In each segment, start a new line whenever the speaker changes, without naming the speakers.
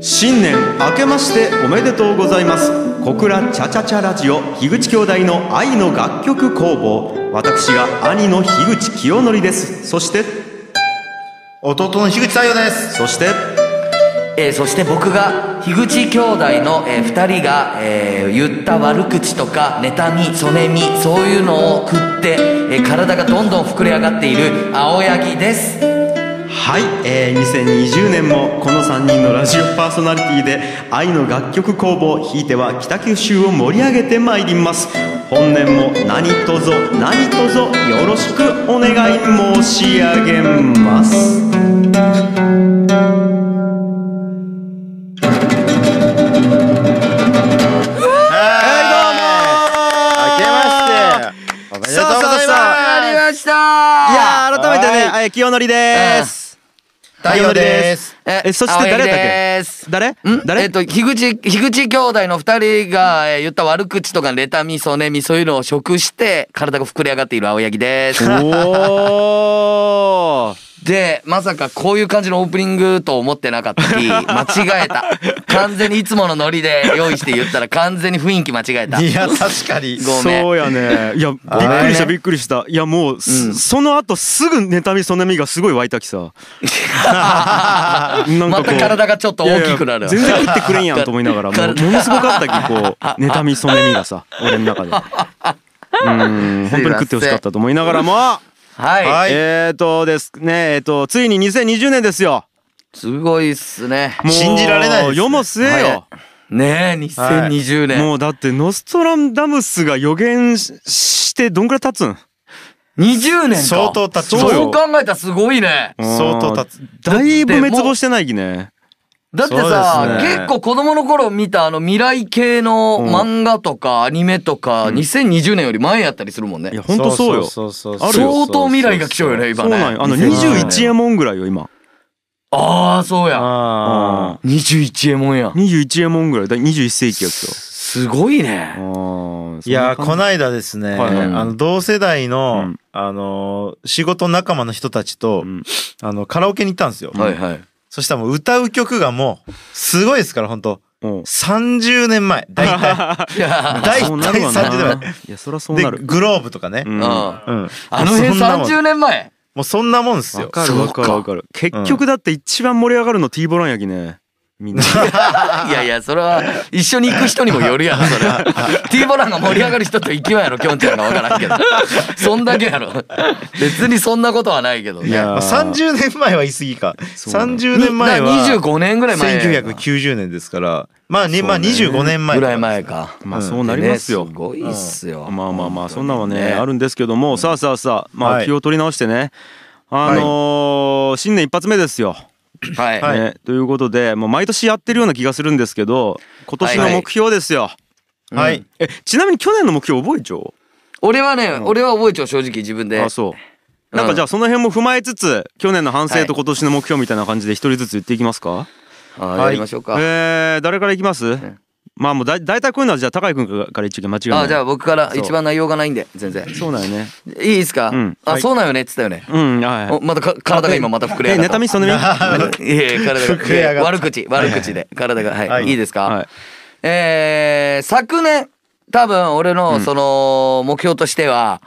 新年明けましておめでとうございます小倉チャチャチャラジオ樋口兄弟の愛の楽曲工房私が兄の樋口清則ですそして
弟の樋口太陽です
そして
えーそして僕が樋口兄弟の、え2人が、えー言った悪口とか妬みそねみそういうのを食って、えー体がどんどん膨れ上がっている青柳です
はい、えー2020年もこの3人のラジオパーソナリティで愛の楽曲工房ひいては北九州を盛り上げてまいります本年も何とぞ何とぞよろしくお願い申し上げます
はいどうも明けましておめでとうございます
ました
いやー改めてね、
は
えー清則です。
太陽です
えそして誰だっ
青柳
け
です
誰
ん
誰
えっと、樋口、樋口兄弟の二人が、えー言った悪口とか、妬み、そねみ、そういうのを食して、体が膨れ上がっている青柳です。
おー
で、まさかこういう感じのオープニングと思ってな かったり、間違えた。完全にいつものノリで用意して言ったら完全に雰囲気間違えた。
いや確かに
ごめん
そうやねいやびっくりしたびっくりしたいやもう、す
うん
その後すぐ妬みそねみがすごい湧いた きさなん
また体がちょっと大きくなる。
いやいや全然食ってくれんやんと思いながらもうものすごかったきこう妬みそねみがさ俺の中でうん本当に食ってほしかったと思いながらも
はい、
はい
えーとですねえーとついに2020年ですよ
すごいっすね。
もう
信じられないですね
世も末よ、
ねえ、2020年。
もうだってノストラダムスが予言ししてどんくらい経つん
20年か。
相当経ち
そう
ます
そうよ
考えたらすごいね。
相当経つ
うんだいぶ滅亡してないきね
だって
そう
さ、
ですね
結構子供の頃見たあの未来系の漫画とかアニメとか、2020年より前やったりするもんね
い。やほんとそうよ
うそう
あるよ
相当未来が来ちゃうよね、今
そう
ね。
なんよあの
2020
21エモンぐらいよ今
ああ、そうや。
あ
21エモンや。
21エモンぐらいだ21世紀やつよ
すごいね。
あー
いやこ
い
ないだですね、
はい
はい
あの同世代の、
うん
あの仕事仲間の人たちと、
うん
あのカラオケに行ったんですよ、
はいはい。
そしたらもう歌う曲がもうすごいですから本当
うん
30年前大体
いや、
大体
そうなるわ
30年
な
前
いやそりゃそう
で
なる
グローブとかね、
うん
うんあ
うん、
の辺
そんなもん
30年前。
もうそんなもんです
わ
よ
かるわかるわかる結局だって一番盛り上がるの T ボランやきねみん な
いやいや、それ は一緒に行く人にもよるやろ、それは。T ボランが盛り上がる人と行きは やろ、きょんちゃんがわからんけど。そんだけやろ。別にそんなことはないけどね。
いや
まあ30年前は言い過ぎか
そうなの
30年前は
に25年ぐらい前
1990年ですからまあね
そうね
まあ25年前
ぐらい前か。
まあそうなりますよ、
ねすごいっすよ。
まあまあまあそんなんはね
ね
あるんですけどもさあさあさあまあ
はい
気を取り直してねあのー新年一発目ですよ。
はい。
はい
ねということでもう毎年やってるような気がするんですけど今年の目標ですよ。
はい、
えちなみに去年の目標覚えちゃお
俺はね、俺は覚えちゃう、正直自分
う
で
あ。そう。なんかじゃあその辺も踏まえつつ去年の反省と今年の目標みたいな感じで一人ずつ言っていきますか、
あ
はい
やりましょうか。
えー、誰からいきます、
ん
まあもうだ大体こういうのはじゃあ高井君から一応間違いない
あじゃあ僕から
そう
一番内容がないんで、全然。
そうだよね
いいですか
うん
あ、
はい
そうなんよねって言ったよね。
うんはいは
お
い
またか体が今また膨れ
え
上がった
妬みその み
いえいえ体
膨れ上がっ
が
た
悪口悪口で体が
は
はいいいいです
は
か
い
えー昨年多分俺のその目標としては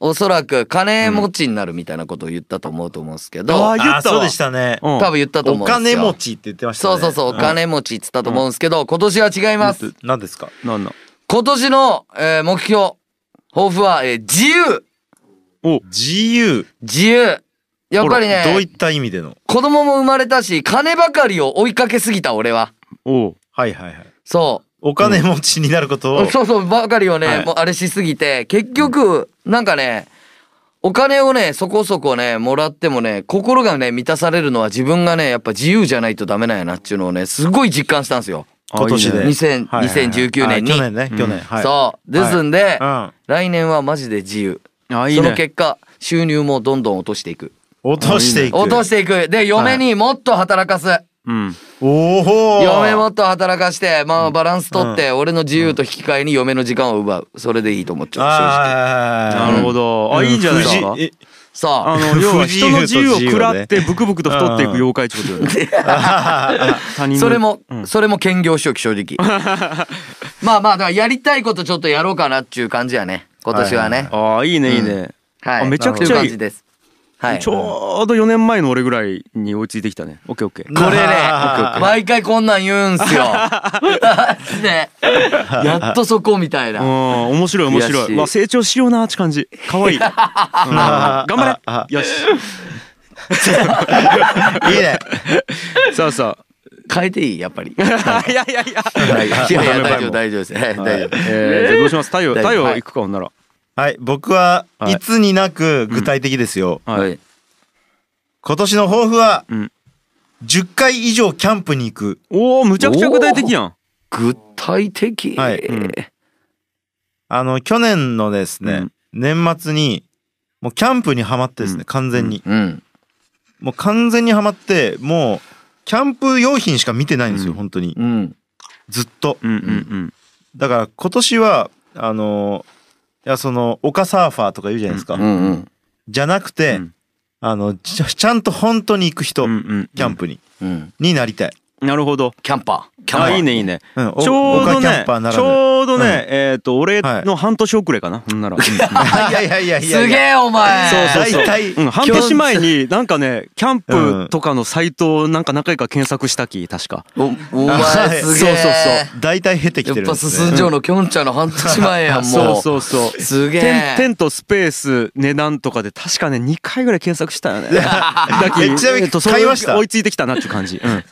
おそらく金持ちになるみたいなことを言ったと思うと思うんですけ
うんあ
ど
ー言ったわ
あそうでしたね
うん
多分言ったと
お
思うんです
金
よ
持ちって言ってましたね
そうそうそうお金持ちっつったと思うんですけど今年は違います
何ですか
なんなん
今年のえー目標抱負はえー自由
お
自由
自由やっぱりね
どういった意味での
子供も生まれたし金ばかりを追いかけすぎた俺は
おう
はいはいはい
そ
お金持ちになることを、
うそうそうばかりをね、
はい
もうあれしすぎて結局なんかねお金をねそこそこねもらってもね心がね満たされるのは自分がねやっぱ自由じゃないとダメなんやなっていうのをねすごい実感したんですよ
あ
今年で
いいね
2000
はいはいはい
2019年に
あ去年ね去年、はい
そうですんで、
うん
来年はマジで自由
あいい
その
ね
結果収入もどんどん落としていく
落としていく
落としていくで嫁にもっと働かす、
うん
おお
嫁もっと働かしてまあバランス取って俺の自由と引き換えに嫁の時間を奪うそれでいいと思っちゃう正直
ああ
なるほどあいいんじゃないですか
え
さ
あ
あ、
の要は
不自
人
由
の
と
自由を食らって
自由ね
ブクブクと太っていく妖怪ってことだよ ね他人の
それも、
うん
それも兼業しよう、正 直。まあまあ、だからやりたいことちょっとやろうかなっていう感じやね。今年はね。
ああいいねいいね、
はい。
あめちゃくち
という
ゃい
感
い
じです。はい。
ちょうど4年前の俺ぐらいに追いついてきたねオッケーオッケー
これね
あ、ー
毎回こんなん言うんすよ。 マジで。やっとそこみた
う
い
ん
な。
面白い面白
悔し
い
い
わ成長しようなって感じか わいい、うん頑張れよし
いいね。
さあさ
変えていいやっ ぱり。い
あいやいやいや
やいや、
ダメダメ
大丈夫、大丈夫です。はい大丈夫。
えーじゃあどうします太陽
大丈夫
太陽行くかほんなら
はい、僕は
はい
いつになく具体的ですよ。
は
はいい。
今年の抱負は
うん
10回以上キャンプに行く。
おおむちゃくちゃ具体的やん
具体的。
はい
うん
あの去年のですね、年末にもうキャンプにはまってです
うん
ね、完全に
うん。
もう完全にはまってもうキャンプ用品しか見てないんです
う
よ
ん
本当に
うん。
ずっと。
うんうん
だから今年はあのいやその丘サーファーとか言うじゃないです
う
か。
んうん。
じゃなく
う
て
ん
あのちゃちゃんと本当に行く人
うんうん
キャンプに
うん。
にな りたい。
なるほど
キャンパー。キャンパ
あ
ー。
いいねいいね
うん、お
ちょう
僕は
ど
キャ
ね
ンパーなら
ち
ぬ
ょうど
うん
ねえっと俺の半年遅れかなほん なら
いやいやいやいや
す
い
げ
や。
え、お前。
そうそう
大体
うん、半年前 になんかねキャンプとかのサイトをなんか何回か検索したき確か
おお前、すげえ。
そうそうそう。大体減ってきて
や
る
っ
んで
ぱ
す、
進
ね。
んじょうのきょんちゃんの半年前やん、も。
そううそうそう
すげ
テ
え
ン。テントスペース値段とかで確かね2回ぐらい検索したよねだき
えちなみに
えっとそれ
買いました
追いついてきたなっていう感じ、 うん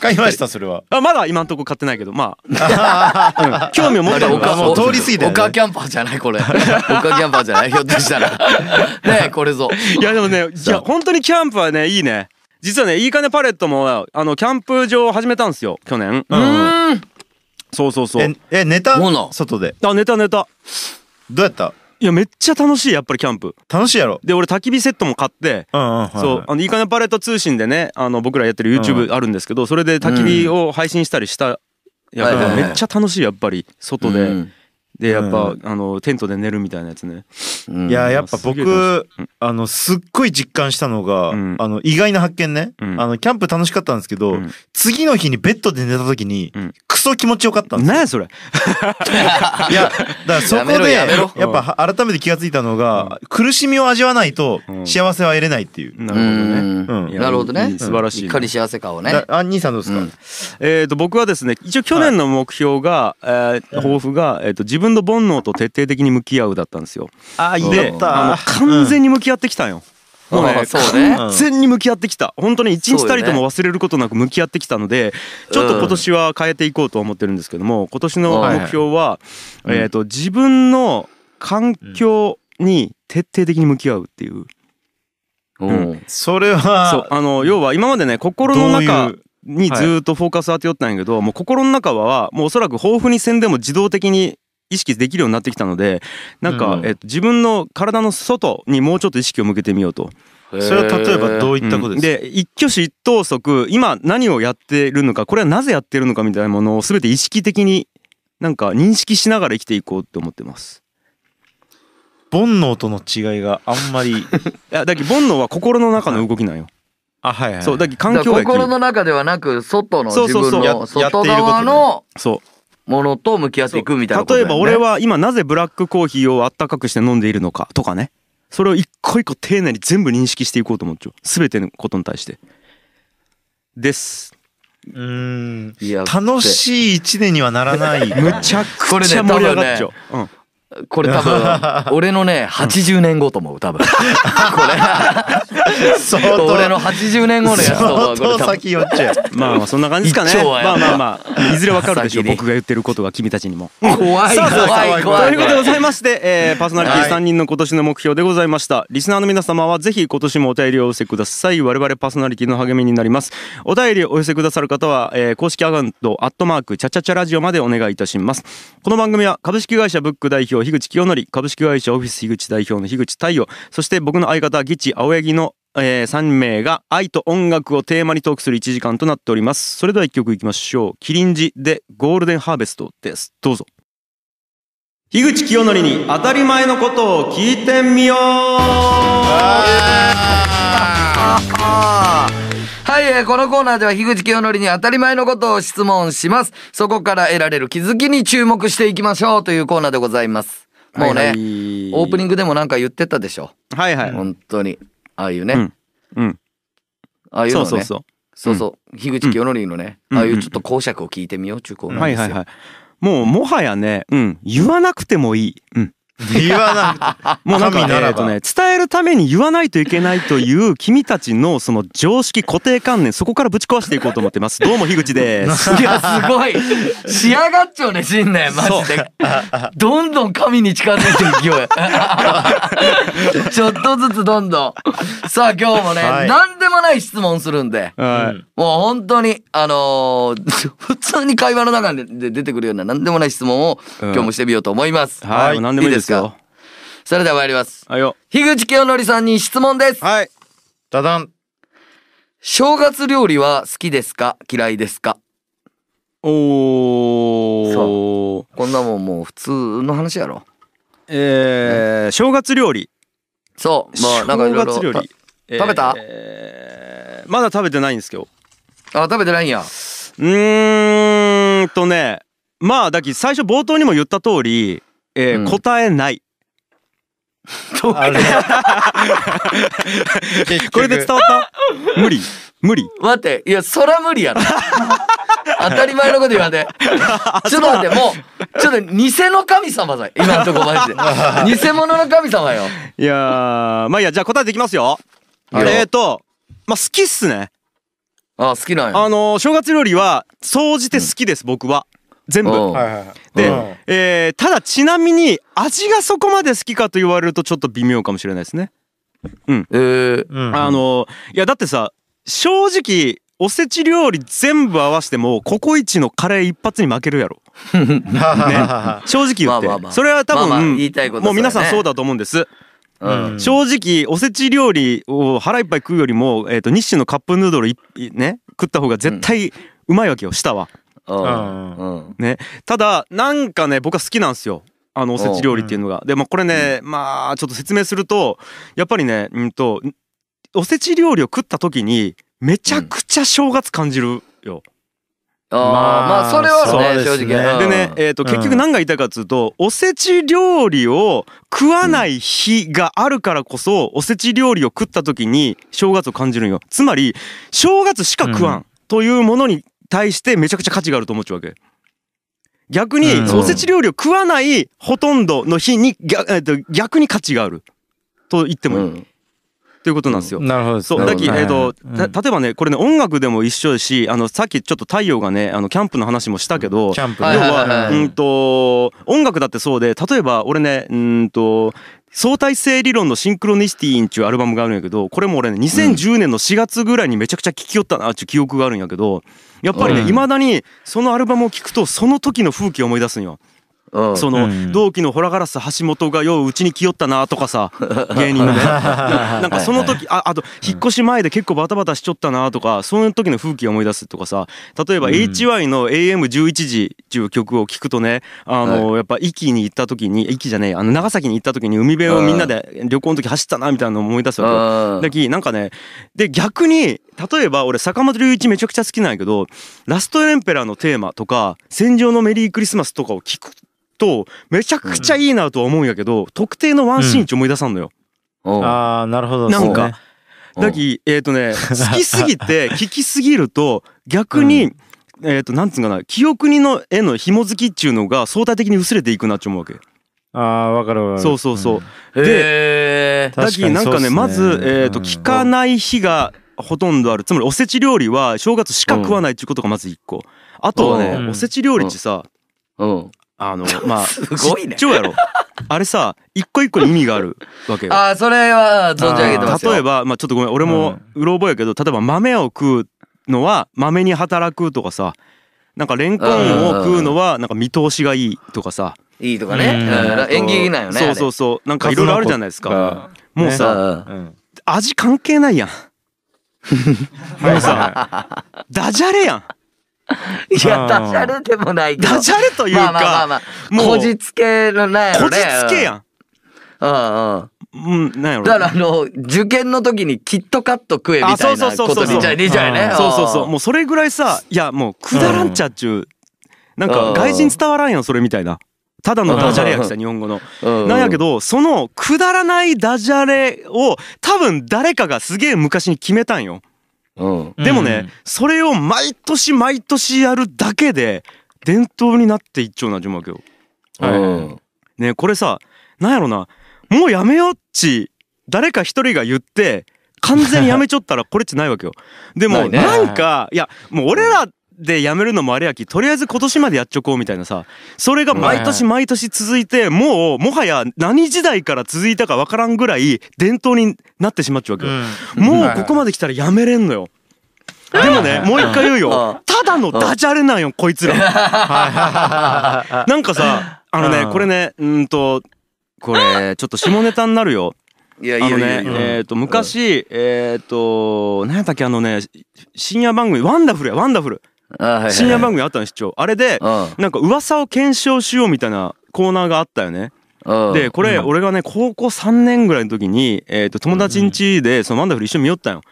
買いましたそれは。
あまだ今んとこ買ってないけどま あ、うん興味を持ったの
あ
が
れもう通り過ぎたよね
オカキャンパーじゃないこれ。オカキャンパーじゃないひょっとしたら。ねえこれぞ。
いやでもねいや本当にキャンプはねいいね実はねいいかねパレットもあのキャンプ場を始めたんですよ去年、
うん
うん。
そうそうそう
ええネタ
そうなん
外で
あ寝た寝た
どうやった？
いやめっちゃ楽しいやっぱりキャンプ
楽しいやろ。
で俺焚き火セットも買って
うんうんはいはい。
そうあのいいかねパレット通信でねあの僕らやってる YouTube あるんですけどそれで焚き火を配信したりしたや
はい
っ
はい
ぱ
はい
めっちゃ楽しいやっぱり外
う
で
ん
でやっ
う
ぱあのテントで寝るみたいなやつね
うん
いややっぱ
すげえ楽
僕
しいうん
あのすっごい実感したのが、
うん
あの意外な発見ね、
うん
あのキャンプ楽しかったんですけど、
うん
次の日にベッドで寝た時に、
うん
クソ気持ちよかったんです
何
よ、
やそれ
いやだからそこで
やめろ
や
やめろ
っぱは改めて気がついたのが、苦しみを味わわないと
うん
幸せは得れないってい う、
な
う
るほどね
ん
うん
いや
なるほど
い
ね
い。素晴らしい
しっかり幸せかをね。
だあ兄さんどうですか、
うん
えー、と僕はですね一応去年の目標が、えー抱負が、えー、と自分の煩悩と徹底的に向き合うだったんですよ。
あ
で
いいやった
あの完全に向き合ってきたんよ。もう
あ
ね
ーそうね
完全に向き合ってきた本当に一日たりと
そうよね
も忘れることなく向き合ってきたのでちょっと今年は変えていこうと思ってるんですけども今年の目標は、
いはい
えー、と自分の環境に徹底的に向き合うっていう。
うんん
それ
そう
は
あの要は今までね心の
どう
中
いう
にずーっとフォーカス当てよったんやけど、もう心の中はもうおそらく豊富にせんでも自動的に意識できるようになってきたのでなんか、
うん
えっと、自分の体の外にもうちょっと意識を向けてみようと。
それは例えばど
う
ういったことです
うん
か、
で一挙手一投足今何をやってるのかこれはなぜやってるのかみたいなものを全て意識的になんか認識しながら生きていこうって思ってます。
煩悩との違いがあんま り
いやだけど煩悩は心の中の動きなんよ。
あはいは
そうだけど環
だか
境
ら
やき
心の中ではなく外の
そう
自
そうそう
分の
や
外側の
そう
ものと向き合っていくみたいなことだ
例え
よね。
ば俺は今なぜブラックコーヒーをあったかくして飲んでいるのかとかねそれを一個一個丁寧に全部認識していこうと思っちゃう全てのことに対してです
うーん
いや
楽しい一年にはならない
むちゃ
こ
く
れね
ちゃ盛り上がっちゃう、
これ多 分俺のね80年後と思う多分こ
相
れ
当
俺の80年後のやつと思
相
うこれ
当
多分
先寄っちゃう
うん、まあまあそんな感じですかね
一丁
ま
はや
あ
っぱ
まあまあいずれわかるでしょう
先に
僕が言ってることが君たちにも
怖い
さあさあ
怖い怖
とい
いう
ことで
怖
ご
い
ざいまして、えーパーソナリティ
はい
3人の今年の目標でございましたリスナーの皆様はぜひ今年もお便りをお寄せください我々パーソナリティの励みになりますお便りをお寄せくださる方は、えー公式アカウント「アットマークチャチャチャラジオ」までお願いいたしますこの番組は株式会社ブック代表樋口清則株式会社オフィス樋口代表の樋口太陽そして僕の相方ギチ青柳のえ3名が愛と音楽をテーマにトークする1時間となっておりますそれでは1曲いきましょう「キリンジ」で「ゴールデンハーベスト」ですどうぞ樋口清則に当たり前のことを聞いてみよ
あ
はい、えーこのコーナーでは樋口清則に当たり前のことを質問します。そこから得られる気づきに注目していきましょうというコーナーでございます。
う
もうね、
はいはい
オープニングでもなんか言ってたでしょ。
はいはい。
本当に。ああいうね。
うんうん。
ああいうの
そ
ね。
うそうそう。
そうそう樋口清則のね、
うん
ああいうちょっと講釈を聞いてみよう中高な
は
んで
い
す
はい
よ。
はい。もう、もはやね、うん、言わなくてもいい。うん。
ー言わなくて
もうなんか、
神な
え
ら
ーと
ば
ね、伝えるために言わないといけないという、 君たちのその常識固定観念、そこからぶち壊していこうと思ってます。どうも、樋口です。
いや、すごい。仕上がっちゃうね、新年、マジで。 どんどん神に近づいていきよ う。ちょっとずつどんどん。さあ、今日もね、
はい
何でも ない質問するんで。
はい。
もう本当に、あのー普通に会話の中で出てくるような何でもない質問を
うん
今日もしてみようと思います。
はい。もう何でもいいです
いい
よ
で。すかそれでは参ります。
はいよ。
樋口清則さんに質問です。
はい。
ダダン
正月料理は好きですか嫌いですか
おー。
こんなもんもう普通の話やろ。
えー、正月料理。
そう、まあなんかいろいろ。
正月料理。
食べた
えーまだ食べてないんですけど。
あ、食べてないんや。
うーんとねまあだき最初冒頭にも言った通り、えー
うん
答えない
あれ結局
これで伝わった 無理無理
待って、いや、そら無 理やろ。当たり前のこと言わんで。ちょっと待って、もう、ちょっと偽の神様だよ。今のとこマジ で。偽物の神様よ。
いやーまあいいやじゃあ答えていきますよ
いいよ
えっ、ー、とまあ好きっすね
あ、好きなんや。
あのー正月料理は総じて好きです、僕は全部
うん
はいはいはい
で、
うん
えーただちなみに味がそこまで好きかと言われるとちょっと微妙かもしれないですね
えー、
うん
あのいやだってさ正直おせち料理全部合わせてもココイチのカレー一発に負けるやろ ね正直言って、
まあまあまあ
それは多分、
まあまあ言いたいこと
もう皆さん
そうだね
そうだと思うんです、
うん。
ん
正直おせち料理を腹いっぱい食うよりも、えー、と日清のカップヌードルいいね食った方が絶対うまいわけよ舌は
うん。
う
うん。
ねただなんかね僕は好きなんですよあのおせち料理っていうのがでもこれね、まあちょっと説明するとやっぱりねうんとおせち料理を食った時にめちゃくちゃ正月感じるよ、
あーまあ、それはね、
そ
正
うですね
直。うん
でね、えー、と
うん
結局何が言いたいかっつうと、おせち料理を食わない日があるからこそおせち料理を食った時に正月を感じるんよつまり正月しか食わ
うん
というものに対してめちゃくちゃ価値があると思っちゃうわけ逆に、
うん
おせち料理を食わないほとんどの日に逆,、えー、と逆に価値があると言ってもいい、
うん
ということなんですよ、
なるほど
そう
な
だ
る
き、
ほど
えっ、と、
うん
た例えばねこれね音楽でも一緒だしあのさっきちょっと太陽がねあのキャンプの話もしたけど
キャンプ
はい
要
はいはい
は、
はい
うんと、音楽だってそうで、例えば俺ね、うんと、相対性理論のシンクロニシティーンっていうアルバムがあるんやけど、これも俺ね、2010年の4月ぐらいにめちゃくちゃ聴きよったなっていう記憶があるんやけど、やっぱりね、
うん
未だにそのアルバムを聴くと、その時の風景を思い出すんよ。
うん。
そうの、
ん
同期のホラガラス橋本がよううちに来よったなとか さ、芸人のね。なんかその時、あ、あと、引っ越し前で結構バタバタしちょったなとか、その時の風景を思い出すとかさ、例えば
うん
HY の AM11 時っていう曲を聴くとね、あの、やっぱ、壱岐に行った時に、壱岐じゃねえや、あの、長崎に行った時に海辺をみんなで旅行の時走ったなみたいなのを思い出すわけよ。
うん
だきなんかねで逆に例えば俺坂本龍一めちゃくちゃ好きなんやけど「ラストエンペラー」のテーマとか「戦場のメリークリスマス」とかを聞くとめちゃくちゃいいなとは思うんやけど、特定のワンシーンち思い出さんのよ。
うん
ああなるほど
なんか
うん
だきえっ、とね好きすぎ て聞きすぎると逆に、えっ、となんつうんかな記憶にの絵の紐づきっちゅうのが相対的に薄れていくなっち思うわけ。
ああーわかるわかる
そうそうそう。
へー
だ
確
き
かに
なん
そう
か
っす
ね
ね
まずえっと
うん
聞かない日がほとんどあるつまりおせち料理は正月しか食わないっていうことがまず一個あとは
う
ね
ん
おせち料理ってさ
うん。
あのまあ
すごいね
ちっちゃやろあれさ一個一個に意味があるわけよ
ああ、それは存じ上げてますよ。
例えばまあちょっとごめん俺もうろ覚えやけど例えば豆を食うのは豆に働くとかさなんかレンコンを食うのはなんか見通しがいいとかさ
いいとかね。
うん
うん演技なんよね。
そうそうそうなんかいろいろあるじゃないですかもう
ね
さ
さ
う、ん
味関係ないやん
はいはいはい
ダジャレやん
い
う
や、
ん
ダジャレでもないけど。
ダジャレというか
まあまあまあまあ、
もう
こじつけのね。
こじつけやん。
うん。うんうん。
うん、なんやろ。
だからあの、受験の時にキットカット食えみたいなことに似ちゃう似ちゃうよね。
そうそうそう。
ん
もうそれぐらいさ、いや、もうくだらんちゃっちゅう。なんか外人伝わらんやん、それみたいな。ただのダジャレやきた、日本語の。
うん
なんやけど、そのくだらないダジャレを多分誰かがすげえ昔に決めたんよ。
うん。
でもね、それを毎年毎年やるだけで、伝統になっていっちゃうな、じゅんわけよ。
う
はい
ん。
ねこれさなんやろなもうやめよっち誰か一人が言って完全にやめちょっ たらこれっちないわけよで
な
も
いね
なんかいやもう俺らでやめるのもあれやきとりあえず今年までやっちょこうみたいなさそれが毎年毎年続いてもうもはや何時代から続いたかわからんぐらい伝統になってしまっちゃうわけ
う
よ、
ん
もうここまで来たらやめれんのよでもねもう一回言う
うん
よただのダジャレなんよこいつ らなんかさ、あのね、
うん
これね、うーんと、これ、ちょっと下ネタになるよ。
いや、
あ
いいよ
の
いい
ね
よいい、よ。
えっと、昔、えっと、何やったっけ、あのね、し深夜番組、ワンダフルや、ワンダフル。深夜番
組。
組あったの、市長。あれで、
う
なんか噂を検証しようみたいなコーナーがあったよね。
ん。うん
で、、これ、俺がね、高校3年ぐらいの時に、えっと、友達ん家で、そのワンダフル一緒に見よったんよ。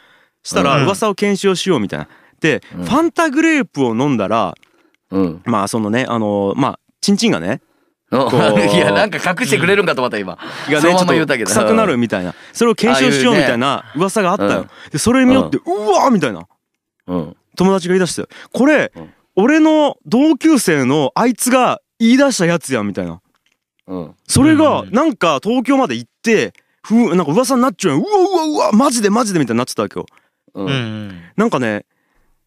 した
う
ら、
ん
噂を検証しようみたいな。で、フ
うん
ァンタグレープを飲んだら、
うん。
まあ、そのね、あの、まあ、チンチンがね、こう
いや、なんか隠してくれるんかと思った、今。
が
その
ね、
ま
ち
ん
ょ
ま言う
ったと
けど
臭くなるみたいな、それを検証しようみたいな噂があった
ああいう
よ
ね。
で、それ見よって、うわーみたいな、
うん。
友達が言い出して、これ
うん、
俺の同級生のあいつが言い出したやつやんみたいな。
うん。
それが、
うん
なんか東京まで行って、ふう、なんか噂になっちゃうやん。うわうわうわ、マジでマジでみたいになってたわけよ。
う。
うんん
なんかね、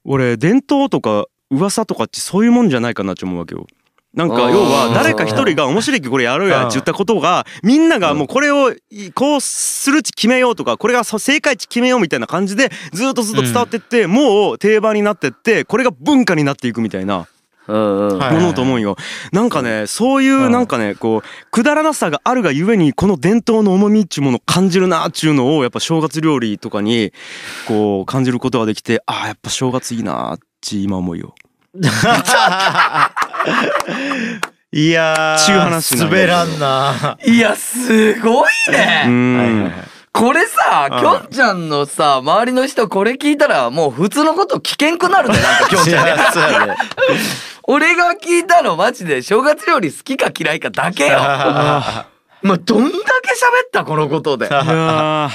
俺、伝統とか噂とかってそういうもんじゃないかなって思うわけよ。なん
あ
か
ー
要は誰か一人が面白いきこれやろうやって言ったことがみんながもうこれをいこうする値決めようとかこれがそう正解値決めようみたいな感じでずっとずっと伝わってってもう定番になってってこれが文化になっていくみたいな
うん。うん。
はい
ものと思うよ。なんかねそういうなんかねこうくだらなさがあるがゆえにこの伝統の重みっちゅうものを感じるなっちゅうのをやっぱ正月料理とかにこう感じることができてああやっぱ正月いいなっち今思うよ。
いやー
ちゅう話なんや
滑らんない
や、すごいうね。
ん
これさ、
うん
きょんちゃんのさ、周りの人これ聞いたら、もう普通のこと聞けんくなるね、 なんかきょん
い
ちゃんね。
やそうやね
俺が聞いたのマジで正月料理好きか嫌いかだけ よ。まあ、どんだけ喋ったこのことで。
いや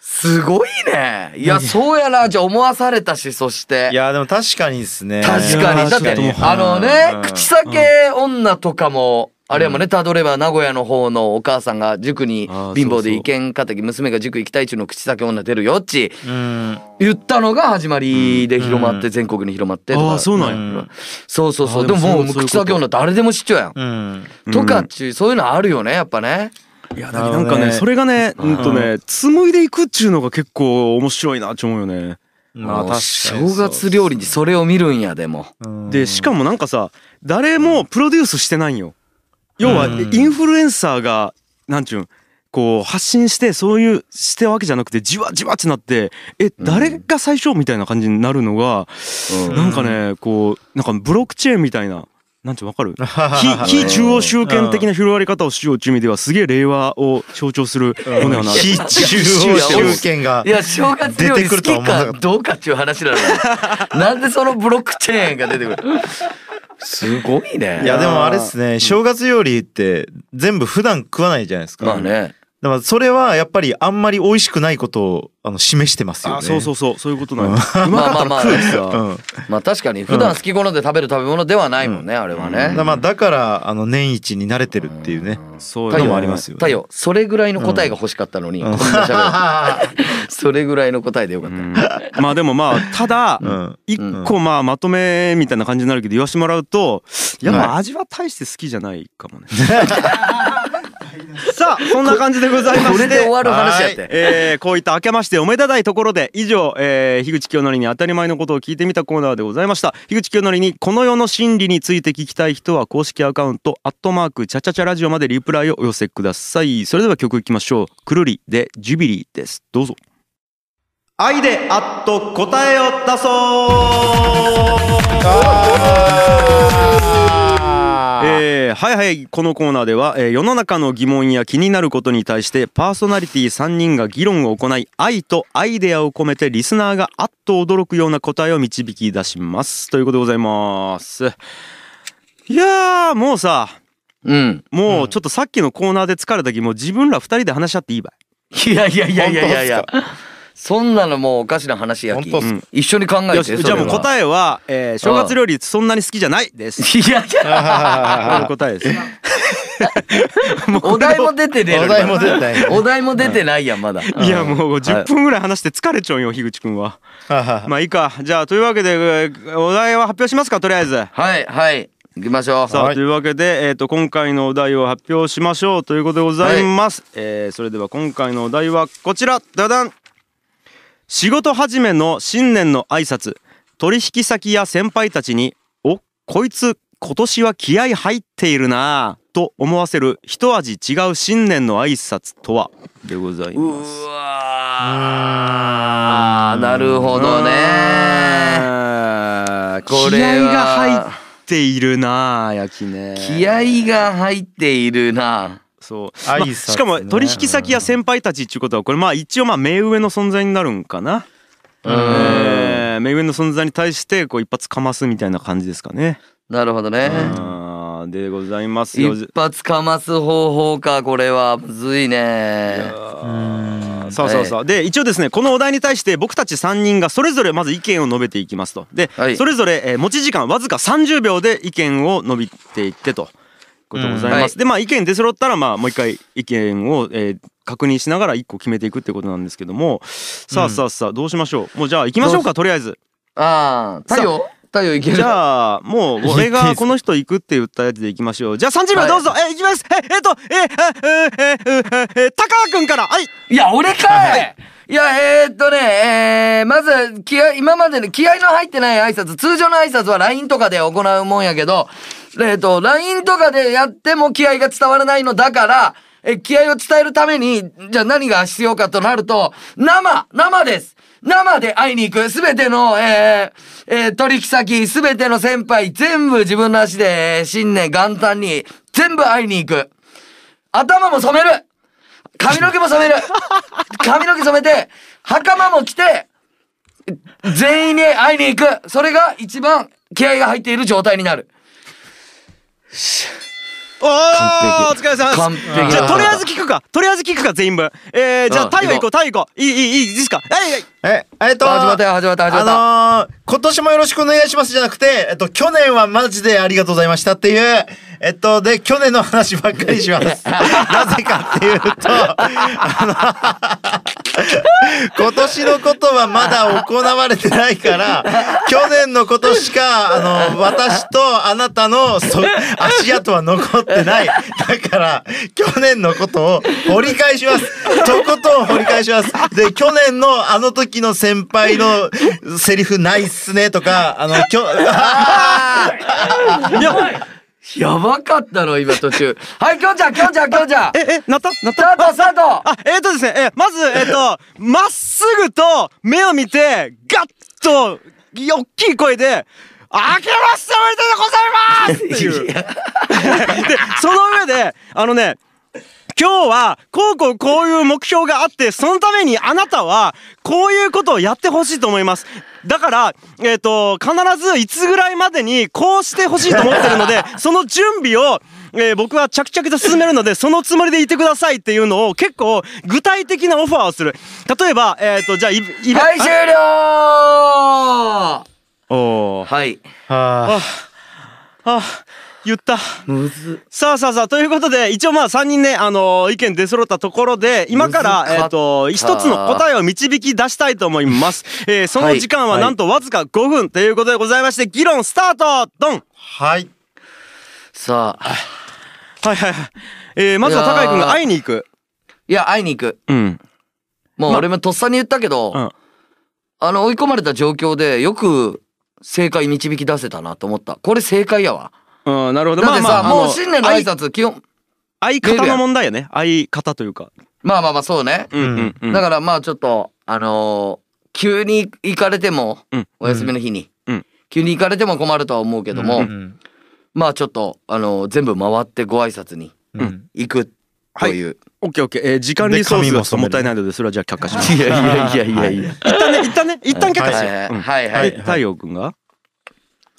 すごいね。いや、そうやな。じゃあ思わされたし、そして。
いやでも確かにですね
確かに。だっ
いや
て
確、か
あの
う
ね
ん、
口裂け女とかも、あれやもんね、たどれば名古屋の方のお母さんが塾に
あー
貧乏
そうそう
で行けんかったき、娘が塾行きたい中の口裂け女出るよっち
うん
言ったのが始まりで広まって、全国に広まってと
あ
か。
あそうなんや。
ん
そうそう
あ
そう。
ー
で
で
も
も
もう
そうそういうこと
口裂け女誰でも知っちゃうやん。
うん
とかっちゅう、そういうのあるよね、やっぱね。
いやだけどなんかねそれがねうんとね紡いでいくっちゅうのが結構面白いなって思うよね。
まあ確かにそう
正月料理にそれを見るんや、でも。
うん
でしかもなんかさ誰もプロデュースしてないんよ要は
うん
インフルエンサーがなんちゅうんこう発信してそういうしてるわけじゃなくてじわじわってなってえ誰が最初みたいな感じになるのが
うん
なんかねこうなんかブロックチェーンみたいななんちゅうわかる非
うん
非中央集権的な広がり方をしようっていう意味ではすげえ令和を象徴するものやなって
非中央集権が
いや、正月料理好
出てくるとは
き
思わな
か
かった
どうかっていう話なのよ。 なんでそのブロックチェーンが出てくるすごいね。
いやでもあれですね正月料理って全部普段食わないじゃないですか
まあね。
だからそれはやっぱりあんまり美味しくないことをあの示してますよね
あそうそうそうそういうことなんやうま
まあ
か
ま
ったら
あまあ
食うって
う
さ
ん
まあ確かに、普段好き好んで食べる食べ物ではないもんね、あれ
だ
は
から
ね。
まあだからあの年一に慣れてるっていうね
そういう
太
の
陽
もありますよ
太陽、それぐらいの答えが欲しかったのに、こんな喋ら ないそれぐらいの答えでよかった。
うんまあでもまあただ
うん
一個まあまとめみたいな感じになるけど言わしてもらうといやまあ味は大して好きじゃないかもね。 さあそんな感じでございま
これ
し
で終
て。
わる話やって。
えーこういった明けましておめでたいところで以上、えー、樋口清成に当たり前のことを聞いてみたコーナーでございました樋口清成にこの世の真理について聞きたい人は公式アカウント「アットマークチャチャチャラジオ」までリプライをお寄せくださいそれでは曲いきましょう「くるり」で「ジュビリー」ですどうぞ愛であっと答えを出そうえーはいはいこのコーナーでは、えー世の中の疑問や気になることに対してパーソナリティ3人が議論を行い愛とアイデアを込めてリスナーがあっと驚くような答えを導き出しますということでございますいやーもうさ
うん。
もうちょっとさっきのコーナーで疲れた時もう自分ら2人で話し合っていいばい
いやいやいやいやいやいや。そんなのもうおかしな話やき。
本当っす
うん一緒に考え
よ
て。
しじゃあもう答えは、えー正月料理そんなに好きじゃない です。
え。いやいや、
これの答えです。
お題も出てねえの
お
に
題も出たよ
お題も出てないやん、まだ。
いやもう
は
10
い
分ぐらい話して疲れちゃうよ樋口くんは。
は
まあいいか。じゃあというわけでえーお題は発表しますかとりあえず。
はい、はい。行きましょう。
さあ、
はい
というわけで、えー、と今回のお題を発表しましょうということでございます、えーそれでは今回のお題はこちらダダン仕事始めの新年の挨拶取引先や先輩たちに「おこいつ今年は気合入っているなあ」と思わせる一味違う新年の挨拶とはでございうます。
ーわーなるほどね
あー
これは
気合が入っているなあやきね
気合が入っているな
そう、
挨
まあ
拶ね
しかも取引先や先輩たちっていうことはこれまあ一応まあ目上の存在になるんかな、えー目上の存在に対してこう一発かますみたいな感じですかね、
なるほどね
あーでございますよ
一発かます方法かこれはむずいね
そうそうそう、で一応ですねこのお題に対して僕たち3人がそれぞれまず意見を述べていきますとで、
はい
それぞれ、えー持ち時間わずか30秒で意見を述べていってとことでございます、
うんはい
でまあ意見出揃ったらまあもう一回意見を、えー確認しながら1個決めていくってことなんですけどもさあさあさあどうしましょうもうじゃあ行きましょうかとりあえず
ああ太陽太陽いける
じゃあもう俺
言っていい
が
です
この人行くって言ったやつで行きましょうじゃあ30秒どうぞ、え行きますええっとえええええええ高く君からはい
いや俺かいいやえー、っとねえー、まず気合今までの気合の入ってない挨拶通常の挨拶は LINE とかで行うもんやけどえー、っと LINE とかでやっても気合が伝わらないのだからえ気合を伝えるためにじゃあ何が必要かとなると生生です生で会いに行く。すべての、えーえー取引先、すべての先輩、全部自分の足で、えー新年元旦に、全部会いに行く。頭も染める髪の毛も染める髪の毛染めて、袴も着て、全員に会いに行くそれが一番気合が入っている状態になる。
おーお疲れ様です
完璧
じゃあとりあえず聞くかとりあえず聞くか全員分えー、じゃあ
うん
太陽行こう太陽行こういいいいいいですかはいはい
い。 え、えっと、
あ始まったよ、始まった、始まった。
あのー、今年もよろしくお願いしますじゃなくて、えっと、去年はマジでありがとうございましたっていう、えっと、で、去年の話ばっかりします。 なぜかっていうと、あの、今年のことはまだ行われてないから、去年のことしか、あの、私とあなたのそ足跡は残ってない。だから、去年のことを掘り返します。とことん掘り返します。で、去年のあの時の先輩のセリフないっすねとか、あの、きょ、
あーやばいやばかったの、今途中。はい、きょんちゃん、きょんちゃん、きょんちゃん。
ええなったなっ
スタ
た
ート、スタート
あえっ、ー、とですね、えーまずえっ、とまっすぐと目を見てガッと大きい声で「あけましておめでとうございます!」っていう。 でその上であのね今日はこうこうこういう目標があってそのためにあなたはこういうことをやってほしいと思いますだからえっ、と必ずいつぐらいまでにこうしてほしいと思ってるの でその準備をえー僕は着々と進めるので そのつもりでいてくださいっていうのを結構具体的なオファーをする例えばえっ、とじゃあいい
はい、終了
おー
はい。
は
あ言った
むず。
さあさあさあということで一応まあ3人ねあのー意見出揃ったところで今から
むずかった
えっと一つの答えを導き出したいと思います、えーその時 間は
はい
なんとわずか5分ということでございまして議論スタートドン
はい。
さあ、
はいはいはい、えーまずは高井君が会いに行く
いや、会いに行く。
うん
もう俺もとっさに言ったけど、
うん
あの、追い込まれた状況でよく正解導き出せたなと思った。これ正解やわ。
うん、なるほど
だってさ、
まあまあ
もう新年の挨
あの
拶、基本、
相相方の問題やね相方というか
まあまあまあそうね。
うんうんうん
だからまあちょっと、あのー急に行かれても、
うん
お休みの日に、
うん
急に行かれても困るとは思うけども、
うん
まあちょっと、あの、全部回ってご挨拶に
うん
行くという。
オッケーオッケー、えー時間リソースがちょっともったいないのでそれはじゃあ却下します
い、やいやいやい やいや。
一旦ね一旦ね一旦却下しよう、うん
はいはいはい
で
はい。
太陽くんが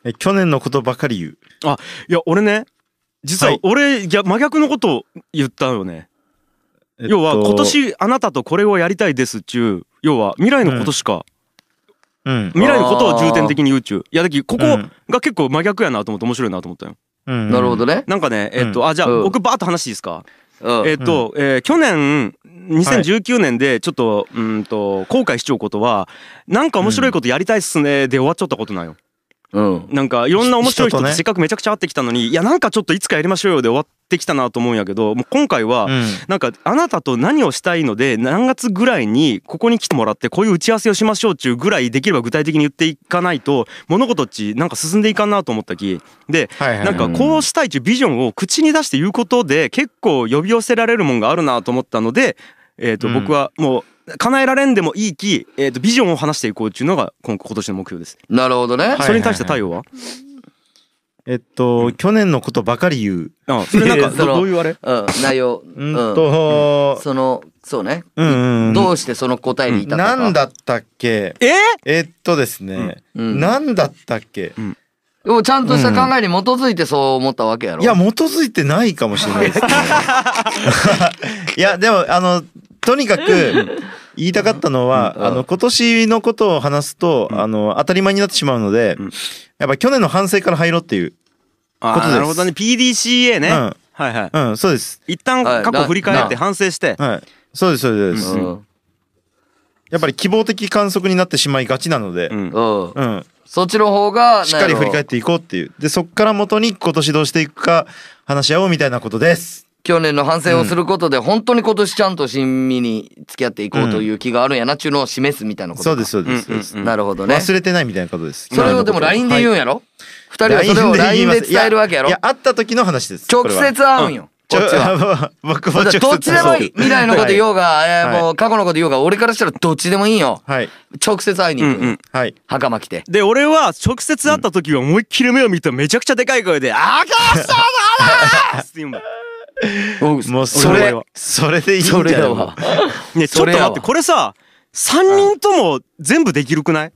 え去年のことばかり言う
あいや俺ね実は
はい
俺、いや真逆のことを言ったよね、
えっと
要は今年あなたとこれをやりたいですっちゅう要は未来のことしか、
うん
未来のことを重点的に言うっちゅういやだきここ
うん
が結構真逆やなと思って面白いなと思ったよ
うん
なるほどね。
なんかねえっと、あじゃあ
うん
僕バーッと話していいですか、
うん
えっと、えー去年2019年でちょっと、うーんと後悔しちゃうことはなんか面白いことやりたいっすねで終わっちゃったことなんよ
うん。
なんかいろんな面白い
人
人と
とね
せっかくめちゃくちゃ会ってきたのに、いやなんかちょっといつかやりましょうよで終わってきたなと思うんやけどもう今回は、
うん
なんかあなたと何をしたいので何月ぐらいにここに来てもらってこういう打ち合わせをしましょうっちゅうぐらいできれば具体的に言っていかないと物事っちなんか進んでいかんなと思ったきで
はいはい
なんかこうしたいっちゅうビジョンを口に出して言うことで結構呼び寄せられるもんがあるなと思ったので、えー、と
うん
僕はもう叶えられんでもいいき、えー、とビジョンを話していこうっちゅうのが今今年の目標です。
なるほどね。
い
それに対して太陽は、
えっと去年のことばかり言う
あそれなんか
いやその
どどういうあれ
うん。内容。
うん
うん。
と
その、そうね。
うんうんうん
どうしてその答えに至ったか。
なんだったっけ
え
えっとですね、
うん
なんだったっけ、
でもちゃんとした考えに基づいてそう思ったわけやろ。
いや、基づいてないかもしれないで すね。いや、でも、あの、とにかく、言いたかったのは、
うん
あの、今年のことを話すと、あの、当たり前になってしまうので、
ん
やっぱ去年の反省から入ろうっていう。
あ
ことです
ーなるほどね PDCA ね、
うん
はいはい
うん、そうです。
一旦
はい
過去振り返って
な
反省して
はい。そうです、そうです。
う。
うん
やっぱり希望的観測になってしまいがちなので、
うん
うん。
うん、
そっちの方が、
しっかり振り返
っ。
ってていこうっていう。で、そっから元に今年どうしていくか話し合おうみたいなことです。
去年の反省をすることで、本当に今年ちゃんと親身に付き合っていこうという気があるんやなっちゅうのを示すみたいなことか。
そうです、そうです。そう
うんうん
です
うん
なるほどね。
忘れてないみたいなことです。
それをでも LINE で言うんやろ二人はそれを LINE で伝えるわけやろ
いや、会った時の話です。
直接会うんよ。
ち
こ
ょ
っ ちは。
僕も直
だから
接
どっちでもいい。未来のこと言おうが、えー
はい
もう過去のこと言おうが、俺からしたらどっちでもいいよ。
はい。
直接会いに
うん
行く
う
よ
ん
はい。
袴着て。
で俺は直接会った時は思いっきり目を見ためちゃくちゃでかい声で「あかしだな!」って言うんだ
もうそ
俺
れ
は、
それでいいんじゃ
そ
な
れ
い
だわ。
ねちょ
そ
っと
れや
待
わ
ってこれさ3人とも全部できるくない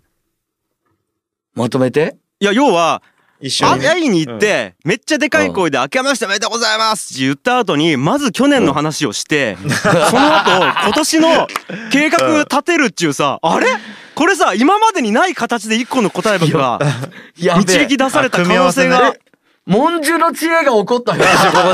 まとめて。
いや要は
一緒に。
会いに行ってめっちゃでかい声で「明けましておめでとうございます」って言った後にまず去年の話をしてその後今年の計画立てるっちゅうさあれこれさ今までにない形で一個の答え箱が
やべえ
導き出された可能性が
あ
あ
組
文殊の知恵が起こったよ、ここ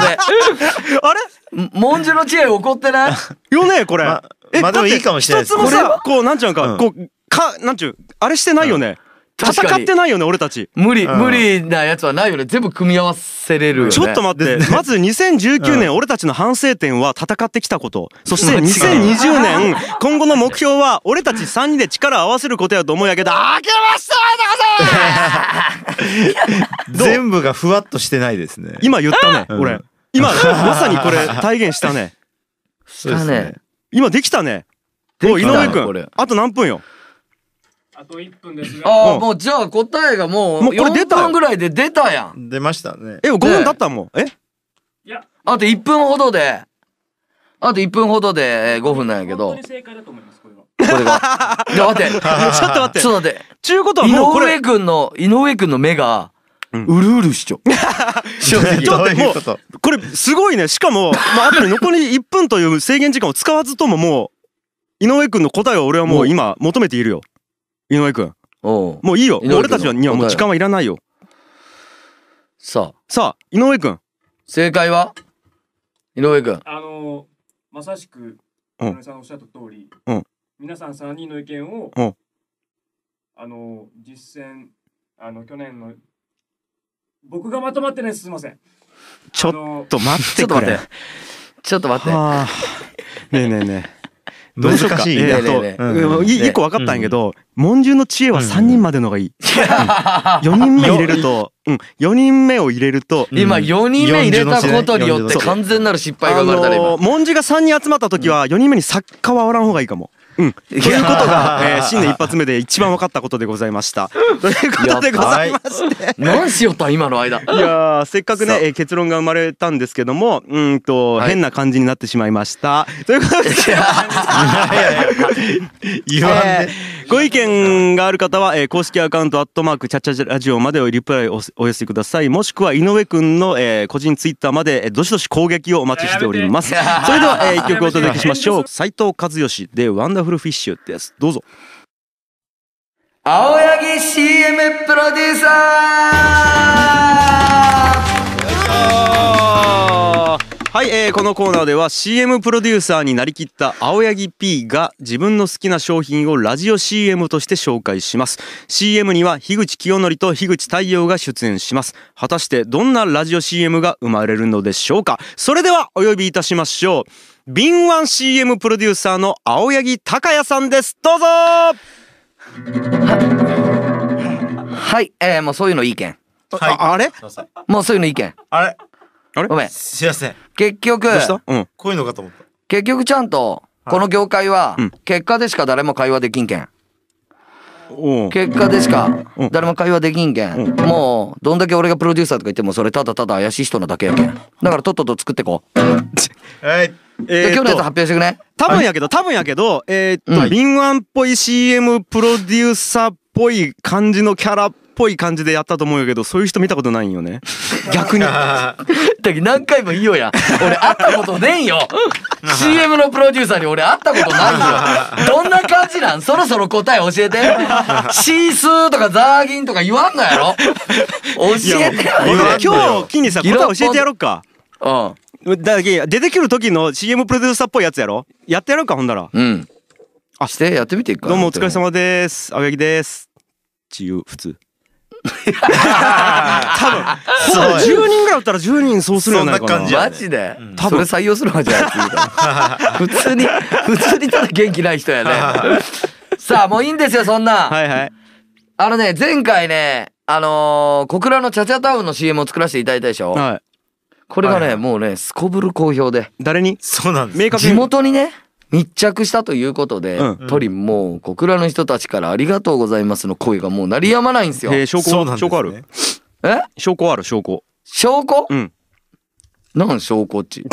れ
で。ん文殊の知恵起こってない
よねこれ
ま
え
まあでも
だって
いいかもしれないです
一つも
これ
さこうなんちゅうん
う
か
ん
こうかなんちゅうあれしてないよね
うん確か
戦
に
ってないよね俺たち
無理、
うん
無理なやつはないよね。全部組み合わせれるよね。
ちょっと待って、まず2019年、俺たちの反省点は戦ってきたこと。そして2020年、今後の目標は、俺たち3人で力を合わせることやと思うんやけど、あけましておめでとうございます
全部がふわっとしてないですね。
今言ったね、
うん
俺。今、まさにこれ、体現したね。
そうです
ね
ね。
今できたね。おい、井
たね
上
こ
く
れ
ん。あと何分よ。
あと1分ですが、
あ
う
あ、
ん
もうじゃあ答えがもう、
もうこれ出た
4分ぐらいで出たやん。
出ましたね。
え、5分だったもん。え
いや、
あと1分ほどで、あと1分ほどで5分なんやけど、
本当
こ
に正解だと思います、これは。
れが。いや、待って、
ちょっと待って
ち。ょっと待って、
ちゅうことは
井
もうこれ
上、くんの、井上くんの目が、うるうるしちょ。
正直
ちょ
ど
っと
う
待って
い
も
うこと
う、これすごいね。しかも、まあ、あと残り1分という制限時間を使わずとももう、井上くんの答えを俺はもう今求めているよ。井上くん。
おう
もういいよ。
井上君の
俺たちはにはもう
答え
時間はいらないよ。
さあ、
さあ、井上くん。
正解は井上くん。
あのーまさしく、
うん
井上さんおっしゃった通り、
うん
皆さん3人の意見を、
うん
あのー実践、あの、去年の、僕がまとまってないです、すいません。
ちょ
あのー
っと待っ
ちょ
て
っと
く
待っ
れ。
て。ちょっと待って。
はあ。ねえねえねえ。どうしようか
難しい
え
ね
ー。と
ね
えねえ
うんい
ねえ
一個分かったんやけど、文獣の知恵は3人までのがいい。4人目入れると、うん、4人目を入れると、
今
うん
4人目入れたことによって
40
完全なる失敗
あ
が生まれたね、
のー、文字が3人集まった時は4人目に作家はおらん方がいいかも。うん。ということが、えー新年一発目で一番分かったことでございま した。ということでございまして。
何しよった今の間。
いやーせっかくね
さあ、
えー結論が生まれたんですけども、うーんと、
はい
変な感じになってしまいました。ということで、
言わんで
えーご意見がある方は、えー公式アカウント、アットマーク、チャチャラジオまでおリプライをお寄せください。もしくは、井上くんの、えー個人ツイッターまで、えーどしどし攻撃をお待ちしております。それでは、えー一曲お届けしましょう。斉藤和義で、ワンダフルフィッシュです。どうぞ。
青柳 CM プロデューサー
はい、えーこのコーナーでは CM プロデューサーになりきった青柳 P が自分の好きな商品をラジオ CM として紹介します CM には樋口清則と樋口太陽が出演します果たしてどんなラジオ CM が生まれるのでしょうかそれではお呼びいたしましょう敏腕 CM プロデューサーの青柳高也さんですどうぞ
はい、えー、もうそういうのいいけん。
はい
ああれ
すいません
もうそういうのいいけん。
あれ
ごめん。
すいません
結局、
どうしたうん
こういうのかと思った
結局ちゃんと、この業界は
うん、
結果でしか誰も会話できんけん。
おう
結果でしか
うん
誰も会話できんけん。もう、どんだけ俺がプロデューサーとか言っても、それただただ怪しい人なだけやけん。だからとっとと作ってこう。
はい
え
で、
ー
今日のやつ
と
発表してくね。
多分やけど、多分やけど、えーっ
う
と、
ん
敏腕っぽい CM プロデューサーっぽい感じのキャラっぽい感じでやったと思うんやけど、そういう人見たことないんよね。逆に。
あー
だけど何回も言いようや。 俺会ったことねん よ。CM のプロデューサーに俺会ったことない よ。どんな感じなんそろそろ答え教え て。シースーとかザーギンとか言わんのやろ
い
教
や
えてよ
もう
言わんのよ
今日、金にさ、答え教えてやろうか。
うん。
だけど出てくる時の CM プロデューサーっぽいやつやろやってやろうか、ほんなら。
うん。
あ
してやってみていくか。
どうもお疲れ。様です。青柳です。自由、普通。多分、ほぼ10人ぐらいだったら10人そうするんじゃないかな。
そんな感じや
マジで、
多
それ
分
採用するわじゃ あ普通に普通にただ元気ない人やねさあもういいんですよそんな、
はいはい。
あのね前回ねあのー小倉のチャチャタウンの CM を作らせていただいたでしょ、
はい。
これがね、
はいはい
もうねすこぶる好評で
誰に
そうなんです
明確
地
に。
元にね密着したということで、
う
とりもう小倉の人たちから「ありがとうございます」の声がもう鳴りやまないんですよ。
えー証拠
そう
は、
なんです
証
ね
拠ある
え
証拠ある証拠
証拠、
うん
なん証拠っち。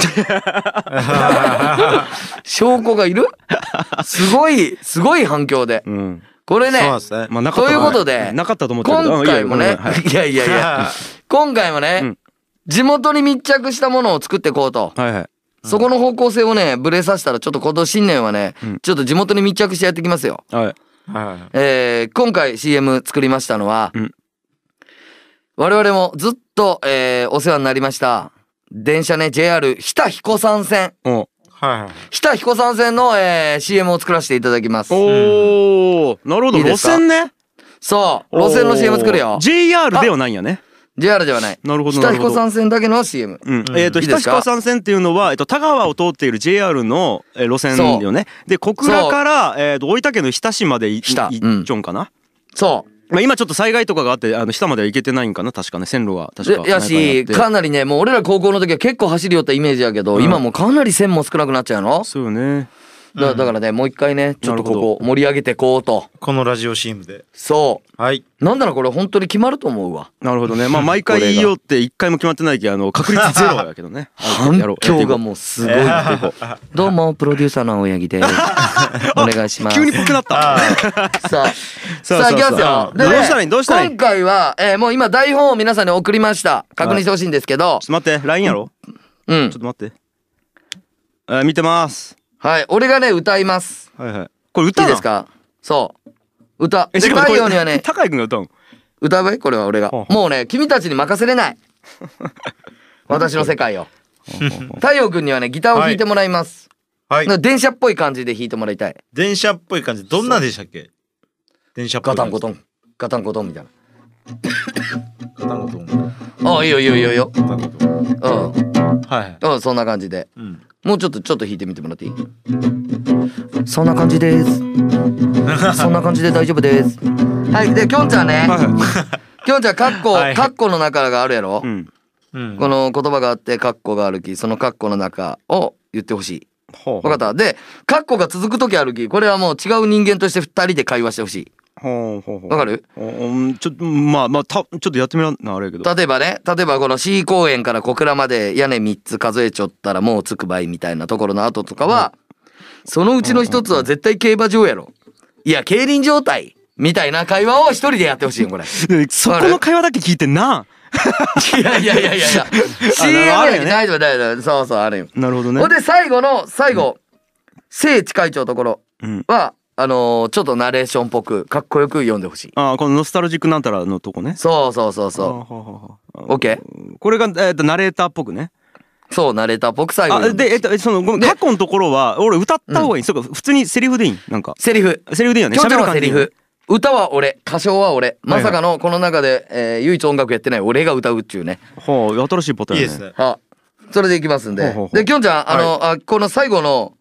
証拠がいるすごい、すごい反響で。
うん
これね、
そうなんですね
まあなかった
ということで
なかったと思ったけど
今回も
あいい
ね
よごめんごめんはい、
いやいやいや、今回もね、
うん
地元に密着したものを作っていこうと。
はいはい
そこの方向性をね、ブレさせたら、ちょっと今年新年はね、
うん
ちょっと地元に密着してやっていきますよ。
はい
は
えー今回 CM 作りましたのは、
うん
我々もずっと、えーお世話になりました、電車ね、JR 日田彦山線、
お
いはい
日田彦山線の、えー CM を作らせていただきます。
おーなるほど
いいで
路
すか
線ね
そう、路線の CM 作るよ
おー。JR ではないんやね
JR ではない。
なるほど
日
な
田
る
彦
ほど
山線だけの CM。
うん
うん
えっと
いい
日
で
田
すか
彦山線っていうのはえっと田川を通っている JR のえー路線よねで小倉からえっと大分県の日田市までいい
日田
いっ
うん
ちょんかな
そ
まあ今ちょっと災害とかがあってあの日田までは行けてないんかな確かね線路が
う。
確か
でや
ない
し、
からやって
かなりね、もう俺ら高校の時は結構走り寄ったイメージやけど、
うん
今もうかなり線も少なくなっちゃうの、
そうよね
だだからね、もう一回ね、ちょっと
なる
ここ盛り上げてこうと。
このラジオ CM で
そ
はい。
う。なんだろう、これ本当に決まると思うわ。
なるほど ねまあ毎回言いようって一回も決まってないけどあの確率ゼロやけ どね
反
やろうやって
響
いこ
が
う
もうすごい。どうも、プロデューサーの青柳 です。お願いします。
急にぽくなった。
さあ、
そうそうそう
さあ、いきますよ。
どうしたらいいどうしたらいい
今回は、えーもう今台本を皆さんに送りました。確認してほしいんですけど
ち、ょっと待って、LINE やろ
うん
ちょっ。と待って。えー、見てます。
はい、俺がね、歌います。
はいはい。これ歌
いい
な
ですかそう。歌。
え、
で、
しかも
太
これ
陽にはね、
高井くんが歌うん。
歌うべこれは俺が
ほう。ほう
もうね、君たちに任せれ ない。私の世界を。太陽くんにはね、ギターを弾いてもらいます。
はい。
電車っぽい感じで弾いてもらいたい。
電車っぽい感じ。どんなでしたっけ電車っぽ
ガ
い
タ
感
ン
じ。
ゴトン、ガタンゴトンみたいな。
ガタンゴトン。
ああいいよいいよいいよいいよ。
ガタンゴトン。
う
はい。
ん。うん、そんな感じで。
うん。
もうちょっとちょっと弾いてみてもらっていいそんな感じ です。そんな感じで大丈夫です。はい。で、きょんちゃんね。きょんちゃん、カッコ、
はい
カッコの中があるやろ
う。ん。
うん。
この言葉があって、カッコがあるき、そのカッコの中を言ってほしい。
ほう
わかった。で、カッコが続く時あるき、これはもう違う人間として二人で会話してほしい。
ほうほうほう
わかる
おうんちょっとまあまあたちょっとやってみらんなあれやけど
例えばね、例えばこの C 公園から小倉まで屋根3つ数えちょったらもうつくばいみたいなところの後とかは、そのうちの一つは絶対競馬場やろ。いや、競輪状態みたいな会話を一人でやってほ しいよ、これ。
でそこの会話だけ聞いてんない
やいやいやいやいや。CM
あ
や
る
き
よね
大丈夫大丈夫。そうそう、あるよ。
なるほどね
ほんで最後の最後、聖地会長ところ
うん
は、あのーちょっとナレーションっぽく、かっこよく読んでほしい。
ああこのノスタルジックなんたらのとこね
そうそうそうそ
あほうほうほう
う。オッケ
あこれが、えー、とナレーターっぽくね
ーそう、ナレーターっぽく最後
あ
読ん
で
でほしい。
えっとそのごめん
で
過去のところは俺歌った方がいい、そうか普通にセリフでいいなんか
セリフ。
セリフでいいよね
ちょちょのセリ
喋る
フ。歌は俺、歌唱は俺。まさかのこの中で、えー唯一音楽やってない俺が歌うっていうね。
ほう新しいパターン
い
や
いですね。
あ、それでいきますん
ほう
で
ほうほ。う
で、きょんちゃん、あの、あこの最後の、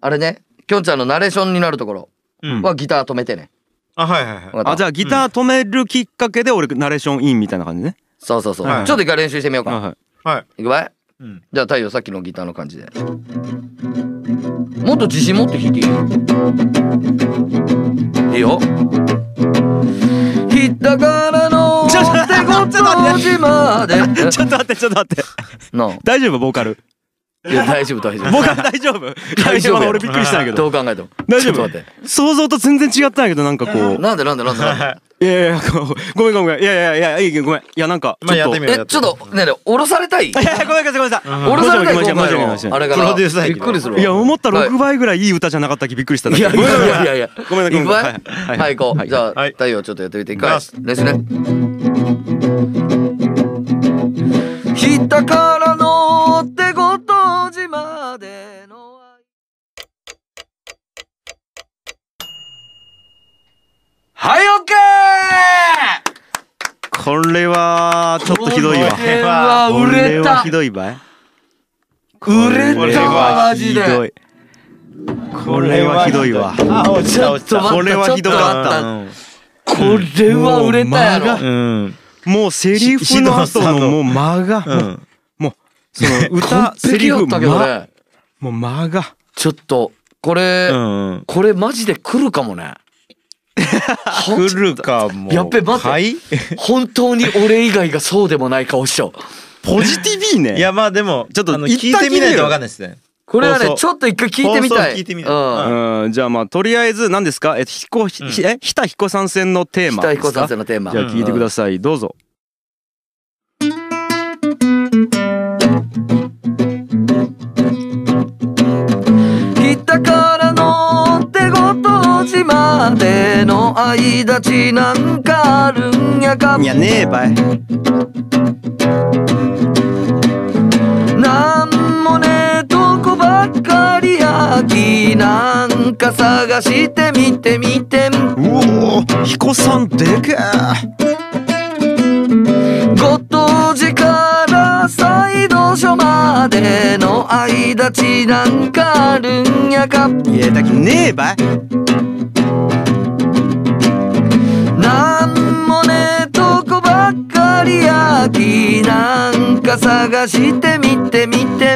あれね、きょんちゃんのナレーションになるところ
うん。
はギター止めてね。
あ、はいはいはい。
わかった
あじゃあギター止めるきっかけで俺ナレーションインみたいな感じね、
そうそうそう。
はい
ちょっと一回練習してみよう
はい
か。
はい
はい。
いくばい
うん。
じゃあ太陽さっきのギターの感じで。もっと自信持って弾いていいよ。いいよ。ひたがらの
ちょちょちょちょ
手
ちょっと
ご
待
字まで。
ちょっと待ってちょっと待って
なあ
大丈夫ボーカル
いや大丈夫大丈
ボ
夫。
ーカル大丈夫
大丈夫
今俺びっくりしたんだけ
ど
ど
う考えても。
大丈
ちょ
夫
っと待って。
想像と全然違ったんだけどなんかこう
なんでなんでなんでなんで。
いやいやいやこうごめんごめんごめんいやいやいやいやごめんいやなんかちょ
まあ
っと
やってみよう。や
え
っ
ちょ
て
っ
みよう
とねえねえ降ろされたい。
いやいやごめんなさいごめんなさい
うん
降ろされたい
申し訳
今
ない
回
申し訳ない申し訳
の
ない
あれがな
プロデューサーや
び
け
っ
ど
くりするわ。
いや思った
はい
6倍ぐらいいい歌じゃなかったっけびっくりしただ
い
け
やい
ごめんごめん
やいやいや。
ごめんなさいごめんなさい
いく
は
わいはいい、行こう。
いははい
じゃあ、
はい
太陽ちょっとやってみて。一
いき
回
ま。す
ですね。ひたからの手ごとじまでの愛。はい、オッケー
これはちょっとひどいわ
これは
こ
売
れ
れ
は
た
ひどいばい
売れたわ、マジで。
ひどいこれはひどいわ
あ、落ちた落ち
ちょっと
た。
待
これはひどかった
う
これは売れたやろ。
ん。うん。
もうセリフの後のもう間が
う。
もうんその歌
完
セ
璧
リ
や
フ
ったけど
間
ね。
もう間が
ちょっと、これ、
うん。
これマジで来るかも ね。
来るかも。
やっべ待って
はい。い
本当に俺以外がそうでもない顔しちゃう。
ポジティビーね
や、まあでも、ちょっと
あの
聞いてみないとわかんないですね。
これはね
放、送
ちょっと一回聞いてみた
放
い。
送聞いてみ
う
たい
ん。
うんじゃあまあとりあえず何ですかえっとひこひ
う
えひたひこ参戦のテーマ
北彦
ですか
先生のテーマ。
じゃあ聞いてくださいどうぞ
北からの手ごと地までの間地なんかあるんやか
いやねえばい
なんもねえとこばっかりやきなんか探してみてみてん
うおひこさんでけえ
ご当地からサイド所までの間地なんかあるんやか
いやだけねえばい
なんもねえとこばっかりやきなんか探してみてみて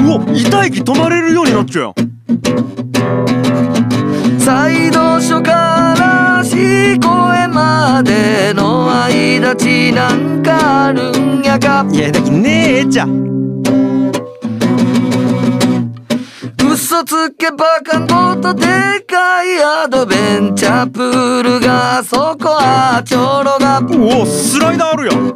うお痛い気止まれるようになっちゃう
サイド所から四公園までの間地なんかあるんやか
いやだけねえじゃ
嘘つけばかんことでかいアドベンチャープールがあそこはちょろが
おおスライダーあるやん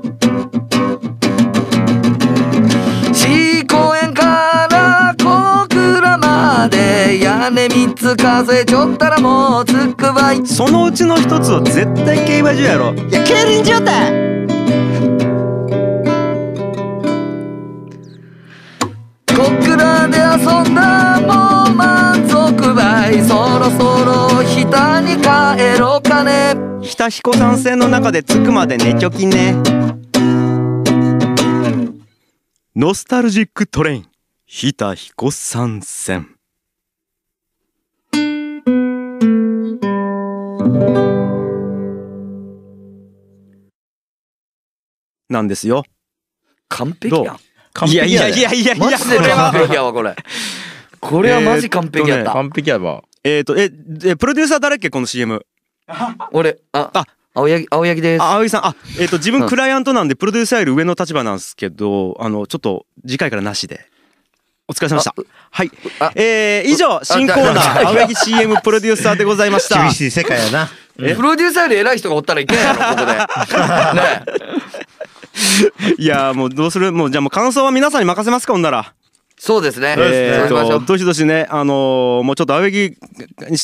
四公園から小倉まで屋根三つ数えちょったらもうつくばい
そのうちの一つは絶対競馬場やろいや競輪場だ
小倉で遊んだもう満足ばいそろそろ下に帰ろうかね
ひたひこ参戦の中で着くまで寝ちょきねノスタルジックトレインひたひこ参戦なんですよ
完璧やん
いやいやいやいやいや
マジで
これは
完璧やわこれこれはマジ完璧やった。
完璧やば。
えっ、と、え、でプロデューサー誰っけこの CM。
俺、あ、
あ
青柳、青柳です。
あ、青木さん、あ、えっ、と、自
う
分
ん
クライアントなんで、プロデューサーより上の立場なんですけど、あの、ちょっと、次回からなしで。お疲れ様でした。はい
あ。
えー、以上、新コーナー、青柳 CM プロデューサーでございま した。
厳しい世界やな。
プロデューサーより偉い人がおったらいけんやろ、こ こで。ねえ
いやー、もうどうするもう、じゃあもう感想は皆さんに任せますか、ほんなら。
そうですね。
え
そう
ー
しましょ
と、
う
どしどしね、あのーもうちょっと青柳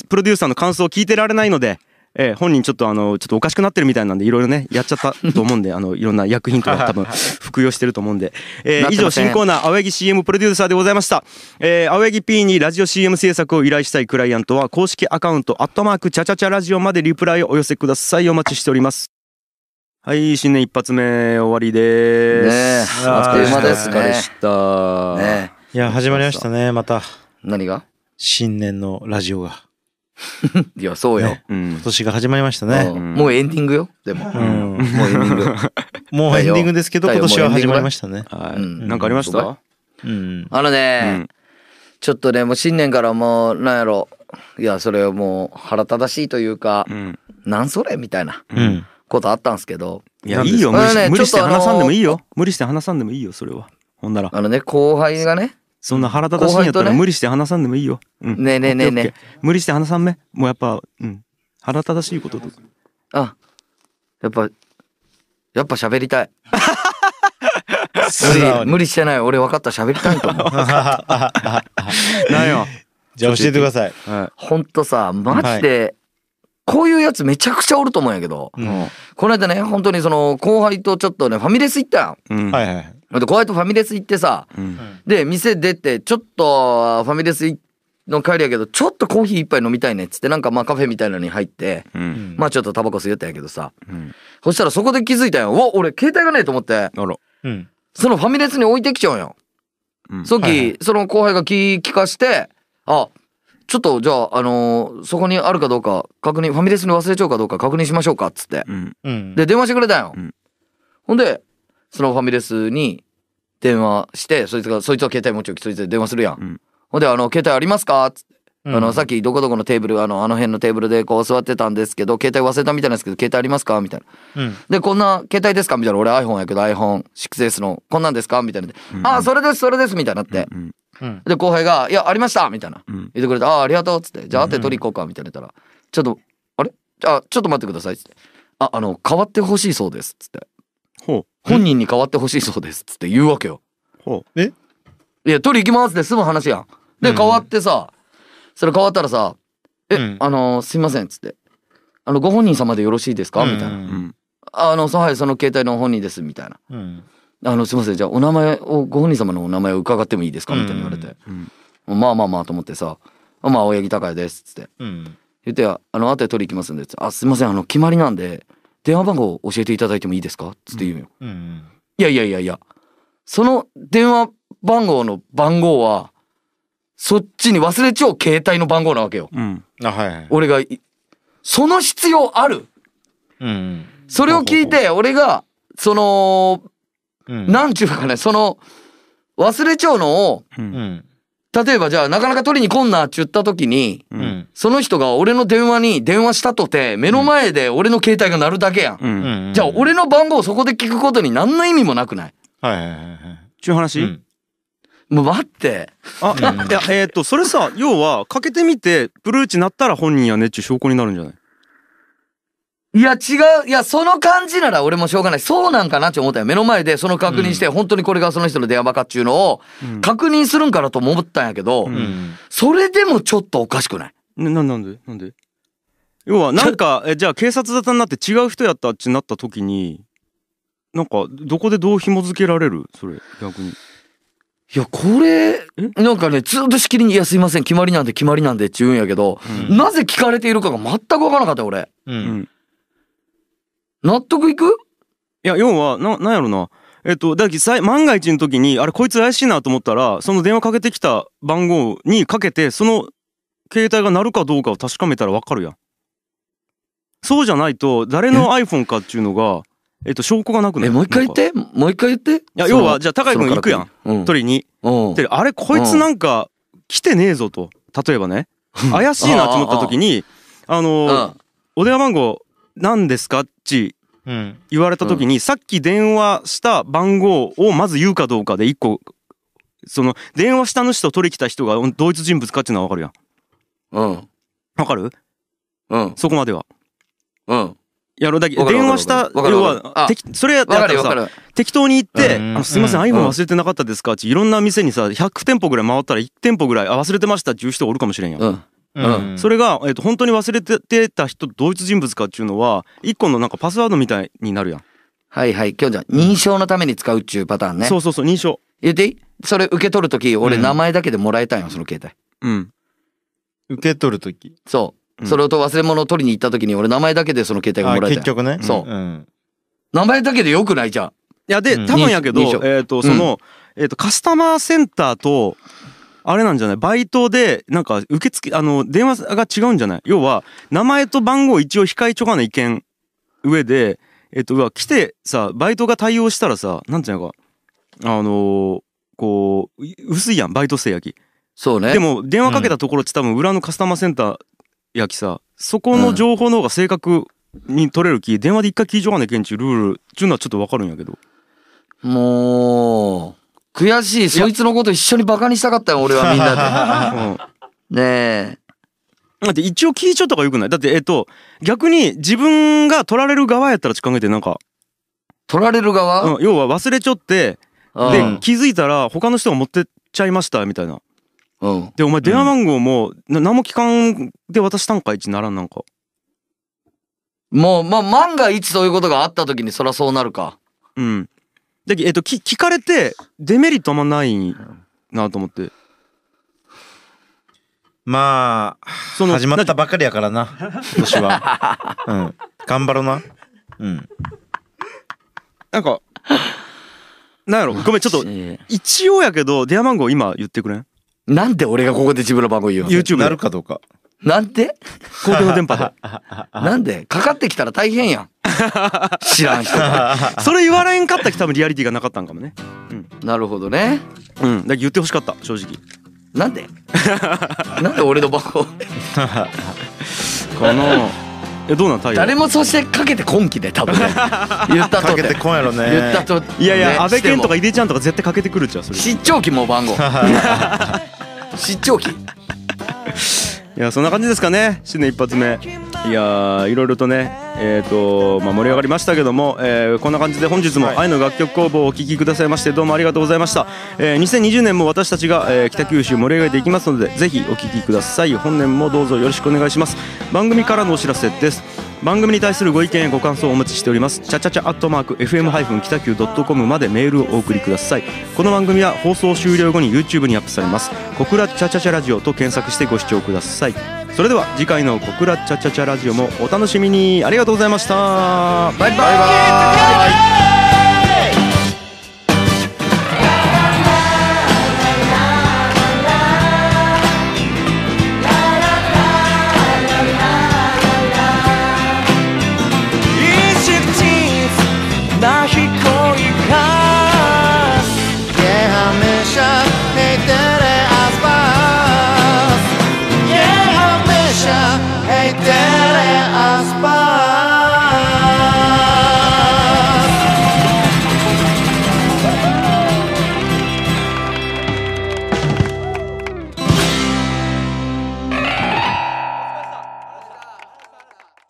プロデューサーの感想を聞いてられないので、えー本人ちょっとあの、ちょっとおかしくなってるみたいなんで、いろいろね、やっちゃったと思うんで、あの、いろんな薬品とか多分、服用してると思うんで。えー
なって
以
ません
上、新コーナー、青柳 CM プロデューサーでございました。えー青柳 P にラジオ CM 制作を依頼したいクライアントは、公式アカウント、アットマーク、チャチャチャラジオまでリプライをお寄せください。お待ちしております。はい、新年一発目、終わりで
ねえ
す。
あっという間です
お疲れでした。
ねえ
いや、始まりましたね、また。
何が
新年のラジオが。
いや、そうよ。
うん
今年が始まりましたね
う。んもうエンディングよ、でも。
う
も
ん。
うエンディング。
もうエンディングですけど、
太
今
陽
年は始まりましたね。
は
う
い。
ん
なんかありまし
うん
た
うん。
あのね、
うん
ちょっとね、もう新年からもう、なんやろ。いや、それはもう腹立たしいというか、
うん。
なんそれみたいな
うん。
ことあったんですけど、
いや、
ないんで
いよ。
こ
無
れは
理して
ね
無理して
ちょっとあの
話さんでもいいよ。無理して話さんでもいいよ、それは。ほんなら。
あのね、後輩がね、
そんな腹立たしいんやっ
後
た
輩と
ら
ね
無理して話さんでもいいよ。うん
ねえねえねえねえ
オッケーオッケー無理して話さんめ。もうやっぱ、うん。腹立たしいことと。
あ、やっぱ、やっぱ喋りたい。
素直
無理、
に
無理してない。俺分かった、喋りたいと 思う。
なんや。
じゃあ教えてください。
ほんとさ、マジで、こういうやつめちゃくちゃおると思うんやけど、
うんは
この間ね、本当にその後輩とちょっとね、ファミレス行ったん
うん。
いはいはい。
よ。で、後輩とファミレス行ってさ、
うん
で店出てちょっとファミレスの帰りやけどちょっとコーヒー一杯飲みたいねっつってなんかまあカフェみたいなのに入って、
うん。
まあちょっとタバコ吸いよったんやけどさ、
うん
そしたらそこで気づいたんようわ俺携帯がねえと思って
あら。
うん。
そのファミレスに置いてきちゃうんよ、
うん
そっき、
はいはい
その後輩が聞聞かしてあちょっとじゃあ、あのーそこにあるかどうか確認ファミレスに忘れちゃうかどうか確認しましょうかっつって
うん。
うん。
で電話してくれたんよ、
うん
ほんでそのファミレスに電話してそいつがそいつは携帯持ち置きそいつで電話するやん、
うん
ほんで「あの携帯ありますか?」っつって、
うん
あのさっきどこどこのテーブルあのあの辺のテーブルでこう座ってたんですけど携帯忘れたみたいなんですけど携帯ありますか?」みたいな
うん。
「でこんな携帯ですか?」みたいな俺 iPhone やけど iPhone6S のこんなんですか?」みたいなで「ああそれですそれです」みたいになって、
うん。
うん。
で後輩が「いやありました」みたいな
うん。
言ってくれて「ああありがとう」っつって「じゃあ後で取り行こうか」みたいな言ったら「ちょっとあれあちょっと待ってください」っつって「ああの変わってほしいそうです」っつって
ほ
「本人に変わってほしいそうです」っつって言うわけよ。
う。ほ
いや、取り行きますって済む話やん。で、
うん
変わってさ、それ変わったらさ、え、
うん
あの、すいません、っつって。あの、ご本人様でよろしいですかみたいな。
う。
う
うんん。
あの、そはい、その携帯の本人です、みたいな。
うん。
あの、すいません、じゃあ、お名前を、ご本人様のお名前を伺ってもいいですかみたいに言われて。
うん
まあまあまあと思ってさ、あまあ、青柳高也です、つって。
うん。
言って、あの、後で取り行きますんで、つってあ、すいません、あの、決まりなんで、電話番号教えていただいてもいいですかつって言うよ。
うん。
いやいやいやいや、その電話番号の番号は、そっちに忘れちゃう携帯の番号なわけよ。
うん。
あ、はいはい。
俺がい、その必要ある
うん。
それを聞いて、俺が、その、
うん。
なんちゅうかね、その、忘れちゃうのを、
う。
うんん。
例えばじゃあ、なかなか取りに来んなって言った時に、
う。
うんん。
その人が俺の電話に電話したとて、目の前で俺の携帯が鳴るだけやん。
う。
うんん。
じゃあ、俺の番号をそこで聞くことに何の意味もなくない
はいはいはいはい。
ちゅう話
うん
もう待って。
あ、いや、えっと、それさ、要は、かけてみて、ブルーチなったら本人やねっちゅう証拠になるんじゃない
いや、違う。いや、その感じなら俺もしょうがない。そうなんかなって思ったよ。目の前でその確認して、本当にこれがその人の電話ばかっちゅうのを
うん
確認するんかなとも思ったんやけど、
う
うん。
それでもちょっとおかしくない
ね、な、なんでなんで要は、なんか、え、じゃあ警察沙汰になって違う人やったってなった時に、なんか、どこでどう紐付けられるそれ、逆に。
いや、これ、なんかね、ずっとしきりに、いや、すいません、決まりなんで、決まりなんでって言うんやけど、
うん
なぜ聞かれているかが全くわからなかったよ、俺。
う。
うんん。い
納得いく
や、要は、な、なんやろな。えっと、だけどさい万が一の時に、あれ、こいつ怪しいなと思ったら、その電話かけてきた番号にかけて、その携帯が鳴るかどうかを確かめたらわかるやん。そうじゃないと、誰の iPhone かっていうのが、えっと、証拠がなくな
え、
る。
もう一回言っ
なんか。
てもう一回言ってい
いや、要は、、じゃあ、高井君行くやん。
うん。
取りに。
うん
ってあれこいつなんか来てねえぞと例えばね怪しいなと思った時にあ
う
の
ん。
ーお電話番号何ですかっち
うん。
言われた時に、さっき電話した番号をまず言うかどうかで一個その電話した主と取り来た人が同一人物かっていうのは分かるやん
うん。
分かる
うん。
そこまでは
うん。
やろだけ
わかる
電話し
わ
た
かる
要
わかる
は
あ
適それやっ
わ
た
からるよ、わか
さ
る。
適当に行って
う
「
ん
あのすいません
うん
iPhone 忘れてなかったですか?」っていろんな店にさ100店舗ぐらい回ったら1店舗ぐらい「あ忘れてました」っていう人がおるかもしれんやん
うん。
うん。
それが、えっと本当に忘れてた人と同一人物かっていうのは一個のなんかパスワードみたいになるやん、
はいはい。きょんちゃん、認証のために使うっちゅうパターンね。
そうそうそう認証
言っていいそれ受け取るとき、俺
うん
名前だけでもらえたんよ、その携帯。
うん
受け取るとき。
そうう。
ん
それと忘れ物を取りに行ったときに、俺名前だけでその携帯が
あ
もらえたん
結
よ
局ね。。
そうん名前だけでよくないじゃん。
いやで
うん
多分やけど、
認証
えっとその、えっとカスタマーセンターとあれなんじゃないバイトでなんか受付あの電話が違うんじゃない要は名前と番号を一応控えちょかないけん上でえっとうわ来てさバイトが対応したらさなんていうのかあのーこうい薄いやんバイト生やき
そうね。
でも電話かけたところって多分裏のカスタマーセンターやきさそこの情報の方が正確に取れるき電話で一回聞いちょかねけんちゅうルールっちゅうのはちょっとわかるんやけど
もう、悔しい。そいつのこと一緒にバカにしたかったよ、俺はみんな
うん
で。 ねえ。
だって一応聞いちょった方がよくないだってえっと逆に自分が取られる側やったらちょっと考えてなんか、
取られる側
うん、要は忘れちょって
う
で
ん。
気づいたら他の人が持ってっちゃいましたみたいな
うん。
でお前電話番号もな何も聞かんで渡したんかいちならんなんか
もう、まあ、万が一そういうことがあったときに、そらそうなるか。
うんだけどえっとき聞かれてデメリットあんまないなと思って
まあ、
その
始まったばかりやからな、今年は。 うん。頑張ろうな。うん。
なんかなんや ろごめんちょっと
ええ
一応やけど電話番号今言ってくれん
なんで俺がここで自分の番号言うの
YouTube
な
で
るかどうか。
なんで
公共の電 波で
なんでかかってきたら大変 やん。知らん人。
それ言われんかったき多分リアリティがなかったんかもね
なるほどね。
うんだから言ってほしかった正直
なんでなんで俺の番 号
かなえどうなん太陽
誰もそしてかけて今期で多分 ね言った
か
と
け
て
てこんやろね。
言ったと
いやい
ね
や安倍健とか
して
井出ちゃんとか絶対かけてくるじゃんそ
も
れい
失調期もう番 号失調期
やそんな感じですかね新年一発目いやーいろいろとねえっ、と、まあ、盛り上がりましたけども、えーこんな感じで本日も愛の楽曲工房をお聴きくださいましてどうもありがとうございました、えー2020年も私たちが、えー北九州盛り上げていきますのでぜひお聴きください本年もどうぞよろしくお願いします番組からのお知らせです番組に対するご意見やご感想をお待ちしておりますチャチャチャアットマーク FM- 北九 .com までメールをお送りくださいこの番組は放送終了後に YouTube にアップされます「小倉チャチャチャラジオ」と検索してご視聴くださいそれでは次回の「小倉チャチャチャラジオ」もお楽しみにありがとうございました
バイバイバイ
一直な飛行